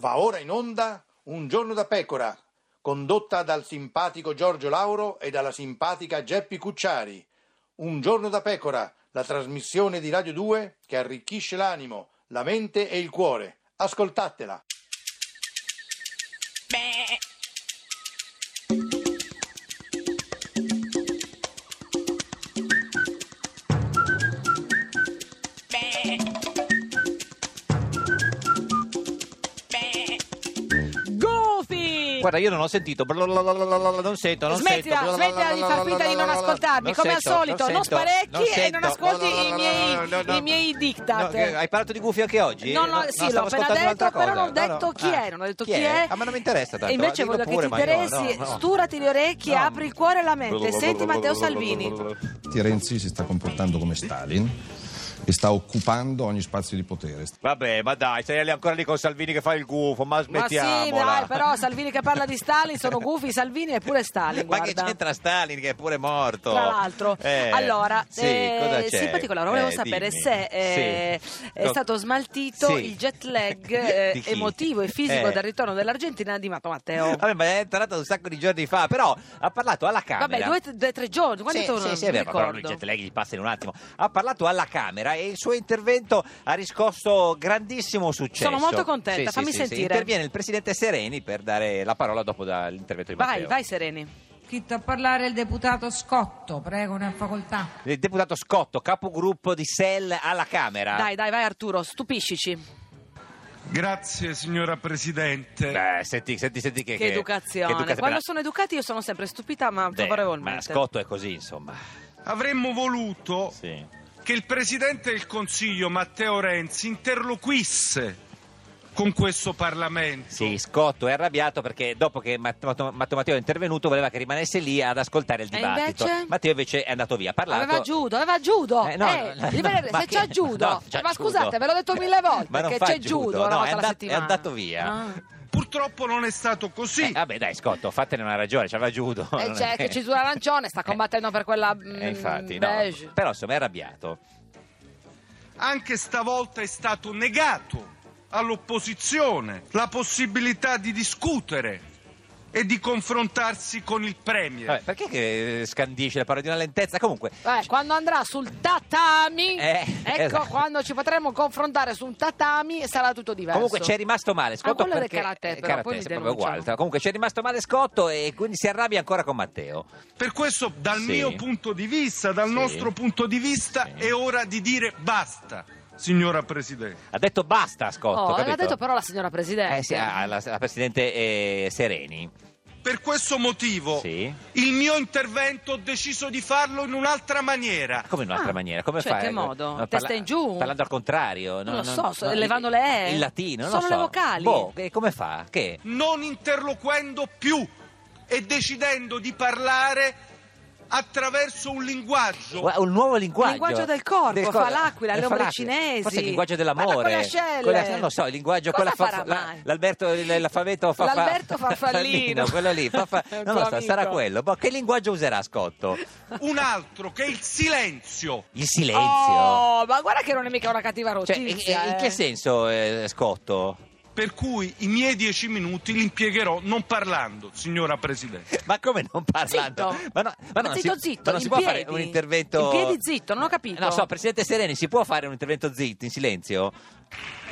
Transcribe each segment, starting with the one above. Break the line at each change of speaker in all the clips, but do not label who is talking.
Va ora in onda Un giorno da pecora, condotta dal simpatico Giorgio Lauro e dalla simpatica Geppi Cucciari. Un giorno da pecora, la trasmissione di Radio 2 che arricchisce l'animo, la mente e il cuore. Ascoltatela.
Goofy!
Guarda, io non ho sentito. blablabla, Non sento, non
Smettila,
sento.
smettila di far finta di non ascoltarmi, come al solito, non, sparecchi e non ascolti i miei, i miei diktat.
hai parlato di gufi anche oggi?
No, no, sì, l'ho
stavo
appena
ascoltando
detto,
un'altra
però non ho
cosa. No, no.
detto chi
Ah,
è, non ho detto chi è.
Ah, ma non mi interessa tanto.
E invece
dillo
voglio che ti
pure, ma io no,
interessi,
no, no.
sturati le orecchie,
No.
apri il cuore e la mente. Senti Matteo Salvini.
Renzi si sta comportando come Stalin e sta occupando ogni spazio di potere.
Vabbè, ma dai, sei lì ancora lì con Salvini che fa il gufo, ma
Ma sì,
smettiamola.
dai, però Salvini che parla di Stalin sono gufi, Salvini e pure Stalin,
Ma che
guarda.
c'entra Stalin che è pure morto?
Tra l'altro,
Certo. Eh,
allora,
sì, cosa c'è?
simpatico Laura, volevo
Eh,
sapere
dimmi.
se eh,
Sì.
è
No.
stato smaltito
Sì.
il jet lag eh,
Di chi?
emotivo e fisico
Eh. Ah,
del ritorno dell'Argentina di Mato Matteo.
Vabbè, ma è tornato un sacco di giorni fa, però ha parlato alla Camera.
Vabbè, due, due, tre giorni, quando
sì,
torno?
sì, sì,
Non
è vero,
mi
però lui il
ricordo.
jet lag gli passa in un attimo. Ha parlato alla Camera e il suo intervento ha riscosso grandissimo successo.
Sono molto contenta,
Sì, sì,
fammi
sì,
sentire.
sì. Interviene il presidente Sereni per dare la parola dopo dall'intervento di
Vai,
Matteo.
vai Sereni.
Iscritto a parlare il deputato Scotto, prego, ne ha facoltà.
Il deputato Scotto, capogruppo di SEL alla Camera.
Dai, dai, vai Arturo, stupiscici.
Grazie signora Presidente.
Beh, senti, senti, senti che,
Che, educazione. Quando sono educati io sono sempre stupita, ma
Beh,
favorevolmente.
Ma Scotto è così, insomma.
Avremmo voluto
Sì.
che il Presidente del Consiglio Matteo Renzi interloquisse con questo Parlamento.
Sì, Scotto è arrabbiato perché dopo che Matt- Matt- Matteo Matteo è intervenuto voleva che rimanesse lì ad ascoltare il
E
dibattito.
invece?
Matteo invece è andato via, ha parlato...
Aveva judo, aveva judo.
Eh, no,
Eh,
no, no,
li vedete,
ma
se
che-
c'è judo.
no, c'è
ma
judo.
scusate, ve l'ho detto mille volte
Ma non
che
fa
c'è judo,
judo,
una
no,
volta
è
alla
andat- è
settimana.
andato via.
Ah.
Purtroppo non è stato così.
Eh, vabbè dai Scotto, fatene una ragione, c'aveva giudo.
E
non
Eh, c'è
è
che ci dura arancione, sta combattendo per quella mm,
Eh, infatti, no.
beige.
Però insomma è arrabbiato.
Anche stavolta è stato negato all'opposizione la possibilità di discutere e di confrontarsi con il Premier.
Vabbè, perché che scandisce la parola di una lentezza? Comunque,
Eh, quando andrà sul tatami,
Eh,
ecco
esatto.
quando ci potremo confrontare su un tatami sarà tutto diverso. Ah,
comunque c'è rimasto male Scotto
quello era
perché eh,
karate, però,
karate,
poi mi
sì, proprio
denunciano.
uguale. Comunque c'è rimasto male Scotto e quindi si arrabbia ancora con Matteo.
Per questo, dal
Sì.
mio punto di vista, dal
Sì.
nostro punto di vista,
Sì.
è ora di dire basta, signora Presidente.
Ha detto basta a Scotto,
Oh, l'ha
capito?
detto però la signora Presidente.
Eh sì, alla, alla Presidente eh, Sereni.
Per questo motivo,
Sì.
il mio intervento ho deciso di farlo in un'altra maniera.
Come in un'altra
Ah,
maniera? Come
cioè,
fai?
che modo?
No,
Testa in giù?
Parlando al contrario. no,
Non lo
no,
so, so-
no,
levando le E?
Il latino, non
Solo
lo so.
le vocali?
Boh, che- come fa? Che?
Non interloquendo più e decidendo di parlare attraverso un linguaggio
Gua- un nuovo linguaggio.
Il linguaggio del corpo, fa l'aquila,
Del
le ombre
fa l'aquila.
cinesi.
Forse il linguaggio
Parla con le
dell'amore.
ascelle.
Quella- non lo so, il linguaggio
Cosa
quella fa-
farà
la-
mai?
l'Alberto l- l'alfabeto fa, fa-
L'Alberto farfallino.
quello lì, fa- fa-
È un
non lo
tuo
so,
amico.
sarà quello. Boh, che linguaggio userà Scotto?
un altro che è il silenzio.
Il silenzio.
Oh, ma guarda che non è mica una cattiva
Cioè, in,
notizia.
in
eh.
che senso eh, Scotto?
Per cui i miei dieci minuti li impiegherò non parlando, signora Presidente.
Ma come non parlando?
Zitto.
Ma, no,
Ma
non
zitto,
si,
zitto,
ma non si
in
può
piedi.
fare un intervento. Eh,
In piedi zitto, non ho capito.
No, so, Presidente Sereni, si può fare un intervento zitto, in silenzio?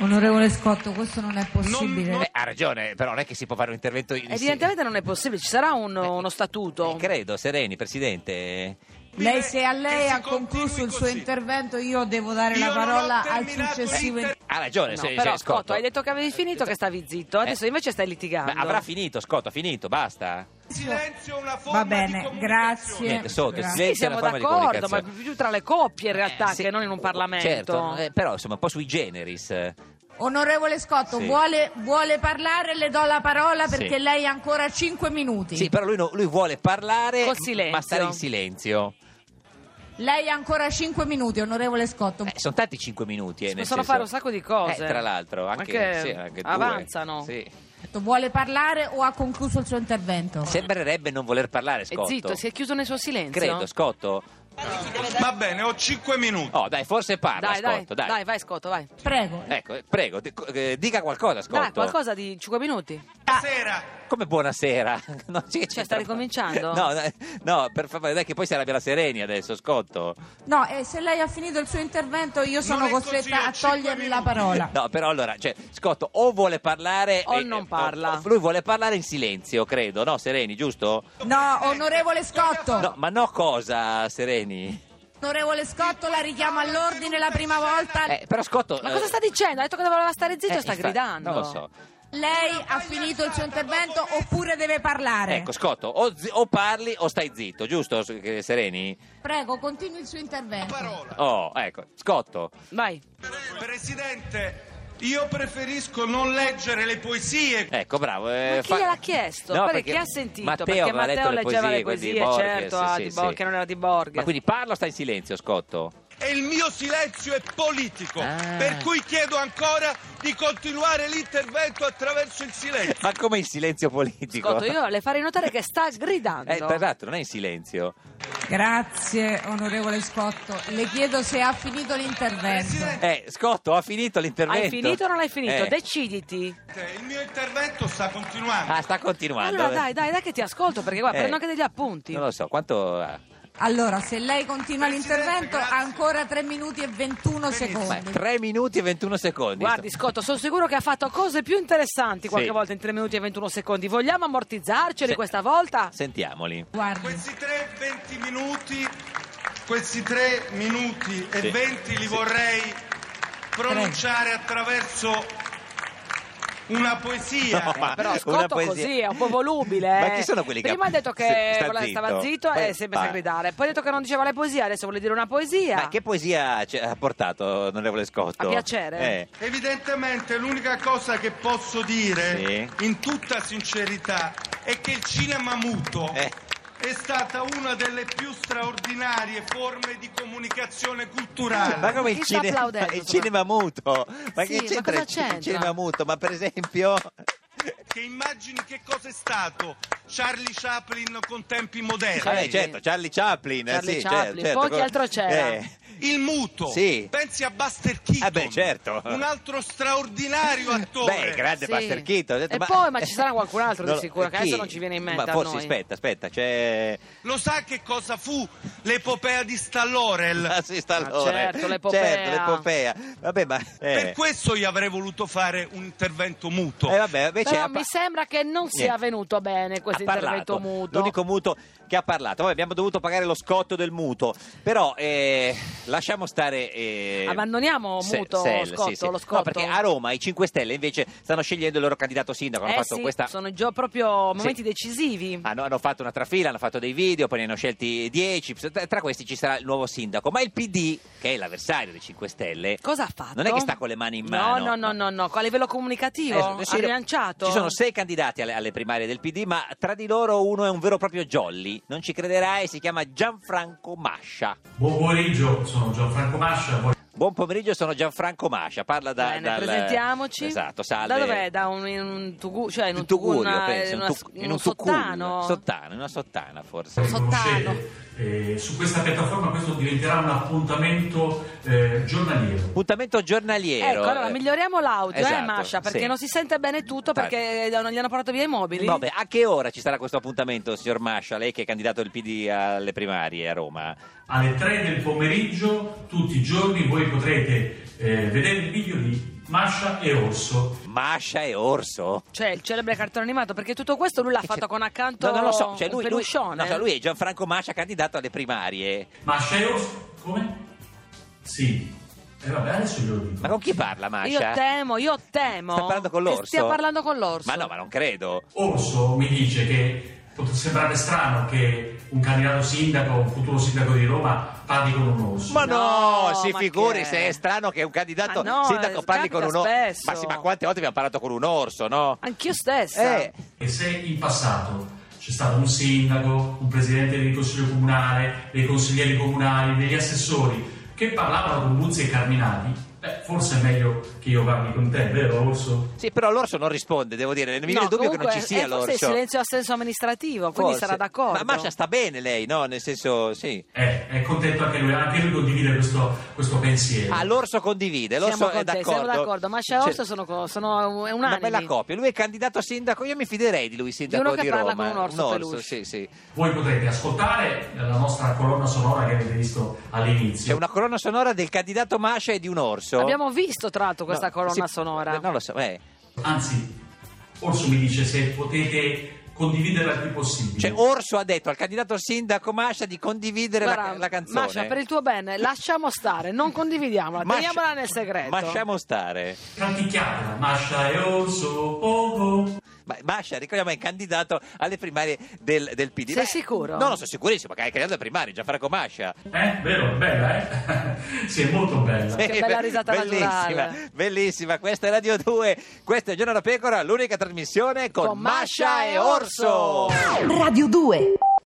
Onorevole Scotto, questo non è possibile.
No.
Eh, ha ragione, però non è che si può fare un intervento in
Evidentemente non è possibile, ci sarà un- uno statuto.
Eh, credo, Sereni, Presidente.
Lei, se a
Che
lei
si
ha concluso il suo
continui così.
intervento, io devo dare
Io
la
non ho
parola al
terminato
successivo.
l'inter-
inter-
Ha ragione,
No,
se-
però
se-
Scotto, hai detto che avevi finito, che stavi zitto, adesso
Eh.
invece stai litigando.
Ma avrà finito, Scotto, ha finito, basta.
Il silenzio è una forma
Va bene,
di comunicazione.
grazie.
Niente, sotto, silenzio.
Grazie.
sì,
Lei c'è
siamo
una forma di
d'accordo, ma
comunicazione.
più tra le coppie in realtà
Eh, sì.
che non in un Parlamento.
Certo, eh, però insomma, un po' sui generis. Eh,
Onorevole Scotto,
Sì.
vuole, vuole parlare? Le do la parola
Sì.
perché lei ha ancora 5 minuti.
Sì, però lui, no- lui vuole parlare,
Col silenzio.
ma stare in silenzio.
Lei ha ancora 5 minuti, onorevole Scotto.
Eh, sono tanti 5 minuti. Eh,
si
nel
possono
senso-
fare un sacco di cose.
Eh, tra l'altro, anche,
Anche
sì, anche due.
avanzano. Eh.
Sì.
Vuole parlare o ha concluso il suo intervento?
Sembrerebbe non voler parlare,
E
Scotto.
zitto, si è chiuso nel suo silenzio.
Credo, Scotto.
Va bene, ho 5 minuti.
Oh, dai, forse parla,
Dai, dai,
Scotto, dai.
dai, vai Scotto, vai.
Prego.
Ecco, eh, prego, di- eh, dica qualcosa, Scotto.
Dai, qualcosa di 5 minuti.
Buonasera.
Come buonasera? No, ci-
Cioè,
ci-
sta ricominciando?
No, no, eh, no, per favore, dai che poi si arrabbia la Sereni adesso, Scotto.
No, eh, se lei ha finito il suo intervento io sono
è
costretta
così, ho
a
cinque
togliergli la
minuti.
parola.
No, però allora, cioè, Scotto o vuole parlare... eh,
O non parla.
o- Lui vuole parlare in silenzio, credo, no, Sereni, giusto?
No, onorevole Scotto.
No, ma no cosa, Sereni?
Onorevole Scotto la richiamo all'ordine la prima volta.
Eh, però Scotto...
Ma
eh,
cosa sta dicendo? Ha detto che voleva stare zitto
eh,
sta
infa-
gridando.
Non lo so.
Lei ha finito il suo intervento oppure deve parlare?
Ecco, Scotto, o, zi- o parli o stai zitto, giusto, S- che- Sereni?
Prego, continui il suo intervento.
Parola.
Oh, ecco, Scotto.
Vai.
Presidente, io preferisco non leggere le poesie.
Ecco, bravo. eh,
Ma chi gliel'ha chiesto?
No,
Guarda, chi ha sentito?
Matteo
perché
aveva
Matteo
letto le
leggeva le poesie,
poesie, quelle di Borges,
certo, ah,
sì,
di
sì.
Bo- che non era di Borges.
Ma quindi parla o sta in silenzio, Scotto?
E il mio silenzio è politico,
Ah.
per cui chiedo ancora di continuare l'intervento attraverso il silenzio.
Ma come in silenzio politico?
Scotto, io le farei notare che sta gridando.
Eh, tra l'altro non è in silenzio.
Grazie, onorevole Scotto. Le chiedo se ha finito l'intervento.
Eh, Scotto, ho finito l'intervento.
Hai finito o non hai finito?
Eh.
Deciditi.
Il mio intervento sta continuando.
Ah, sta continuando.
Allora dai, dai, dai che ti ascolto perché guarda,
Eh.
prendo anche degli appunti.
Non lo so, quanto... ah,
Allora, se lei continua
Presidente,
l'intervento,
grazie.
ancora 3 minuti e 21
Benissimo.
Ma
secondi.
3 minuti e 21 secondi.
Guardi Scotto, sono sicuro che ha fatto cose più interessanti qualche
Sì.
volta in 3 minuti e 21 secondi. Vogliamo ammortizzarceli
Se-
questa volta?
Sentiamoli.
Guardi,
Questi 3-20 minuti, questi 3 minuti e
Sì.
20 li vorrei pronunciare attraverso una poesia.
No, ma-
Però
Una
Scotto
poesia.
così è un po' volubile.
Ma
eh.
chi sono quelli che-
Prima ha detto
se-
che
sta
voleva- stava
zitto,
zitto
poi
e sempre a
parla.
gridare. Poi ha detto che non diceva le poesie, adesso vuole dire una poesia.
Ma che poesia ci ha portato, onorevole Scotto?
A piacere.
Eh,
Evidentemente l'unica cosa che posso dire
Sì.
in tutta sincerità è che il cinema muto
Eh.
è stata una delle più straordinarie forme di comunicazione
Ma
culturale.
come
Chi
il,
sta
cine-
applaudendo,
il cinema muto? Ma
Sì,
che
ma
c'entra,
cosa
il cin-
c'entra?
il cinema muto? Ma per esempio...
Che immagini che cosa è stato Charlie Chaplin con tempi moderni?
Sì.
Eh, certo, Charlie Chaplin. eh,
Charlie
sì,
Chaplin,
certo, certo.
poi chi altro c'era?
Eh,
Il muto.
Sì.
Pensi a Buster Keaton.
Eh beh, certo.
Un altro straordinario attore.
Beh, grande
Sì.
Buster Keaton. ho detto,
E poi, ma ci sarà qualcun altro di
Non-
sicuro, che
chi?
adesso non ci viene in mente
Ma
a
forse,
noi.
aspetta, aspetta, c'è...
Lo sa che cosa fu l'epopea di Stallorel?
Ah, sì, sta
Ah,
allora.
certo, l'epopea.
Certo, l'epopea. Vabbè, ma... eh.
Per questo io avrei voluto fare un intervento muto.
Eh, vabbè, invece
Però
ha pa-
mi sembra che non sia
Niente.
venuto bene questo
ha parlato.
intervento muto.
L'unico muto che ha parlato. Vabbè, abbiamo dovuto pagare lo scotto del muto. Però eh, lasciamo stare. eh,
Abbandoniamo
se-
muto
Sell,
scotto,
sì, sì.
lo scotto.
No, perché a Roma i 5 Stelle invece stanno scegliendo il loro candidato sindaco. Hanno
Eh
fatto
sì,
questa.
sono già proprio momenti
Sì.
decisivi.
Hanno, Ah, hanno fatto una trafila, hanno fatto dei video, poi ne hanno scelti 10. Tra tra questi ci sarà il nuovo sindaco. Ma il PD, che è l'avversario dei 5 Stelle,
Cosa ha fatto?
Non è che sta con le mani in mano.
No, no, no, no, no. a livello comunicativo
Adesso, adesso
ha
io-
rilanciato.
Eh, Ci sono sei candidati alle, alle primarie del PD, ma tra di loro uno è un vero e proprio jolly. Non ci crederai, si chiama Gianfranco Mascia.
Buon pomeriggio, sono Gianfranco Mascia, poi
Buon pomeriggio, sono Gianfranco Mascia. Parla da.
Bene,
dal-
presentiamoci.
Esatto, salve.
Da dov'è? Da un, in un tugu- cioè in un
In Tugurio,
una-
penso,
in
in
una-
tu-
un
in un tugurio.
sottano.
Sottano, in una sottana forse.
se
Sottano.
conoscete, eh, su questa piattaforma questo diventerà un appuntamento eh, giornaliero.
Appuntamento giornaliero.
Ecco, allora
Eh,
miglioriamo l'audio, eh,
esatto,
Masha, perché
sì.
non si sente bene tutto
Dai.
perché eh, non gli hanno portato via i mobili.
Vabbè, a che ora ci sarà questo appuntamento, signor Mascia? Lei che è candidato del PD alle primarie a Roma.
Alle 3 del pomeriggio, tutti i giorni, voi potrete eh, vedere il video di Mascia e Orso.
Mascia e Orso?
Cioè, il celebre cartone animato, perché tutto questo lui l'ha
Che
fatto
c'è-
con accanto
No, non lo so, cioè
un
lui, lui-
peluscione.
no, cioè lui è Gianfranco Mascia candidato alle primarie.
Mascia e Orso? Come? Sì. E vabbè, adesso glielo dico.
Ma con chi parla Mascia?
eh. Io temo, io temo.
eh. Sta parlando con l'orso?
Che stia parlando con l'orso.
Ma no, ma non credo.
Orso mi dice che può sembrare strano che un candidato sindaco, un futuro sindaco di Roma, parli con un orso.
Ma no,
No,
si
ma
figuri
che-
se è strano che un candidato
Ma no, eh,
sindaco parli
capita
con un orso.
spesso.
Ma sì, ma quante volte abbiamo parlato con un orso, no?
Anch'io stessa.
Eh,
E se in passato c'è stato un sindaco, un presidente del consiglio comunale, dei consiglieri comunali, degli assessori che parlavano con Buzzi e Carminati, beh, forse è meglio che io parli con te, vero Orso?
Sì, però l'orso non risponde, devo dire. Mi viene il dubbio che non ci sia
eh, forse
l'orso.
è silenzio a senso amministrativo, quindi
Forse.
sarà d'accordo.
Ma Mascia sta bene lei, no? Nel senso, sì.
Eh, è contento anche lui, anche lui condivide questo, questo pensiero.
Ah, l'orso condivide, l'orso
siamo
è
con te,
d'accordo.
siamo d'accordo. Mascia e
Cioè,
Orso sono, co- sono un
una
anime.
bella coppia. Lui è candidato a sindaco, io mi fiderei di lui sindaco
uno che
di
parla
Roma.
con un orso peluche.
sì, sì.
Voi potrete ascoltare la nostra colonna sonora che avete visto
C'è
all'inizio.
una colonna sonora del candidato Mascia e di un orso.
Abbiamo visto tra l'altro
No,
questa colonna
sì,
sonora.
Non lo so, eh.
Anzi, Orso mi dice se potete condividerla il più possibile.
Cioè, Orso ha detto al candidato sindaco Mascia di condividere la-
Guarda,
la, canzone.
Mascia, per il tuo bene, lasciamo stare, non condividiamola,
Mascia-
teniamola nel segreto.
Lasciamo stare.
Canticchiatela, Mascia e Orso, oh oh.
Ma Mascia, ricordiamo, è candidato alle primarie del, del PD.
Sei
Beh,
sicuro?
No, lo sono sicurissimo, che è candidato alle primarie, Gianfranco Mascia.
Eh, vero? Bella, eh? sì, è molto bella.
Che bella
be-
risata
bellissima,
naturale.
bellissima. Questa è Radio 2, questa è Giorno da Pecora, l'unica trasmissione con,
Con Mascia e Orso.
Radio 2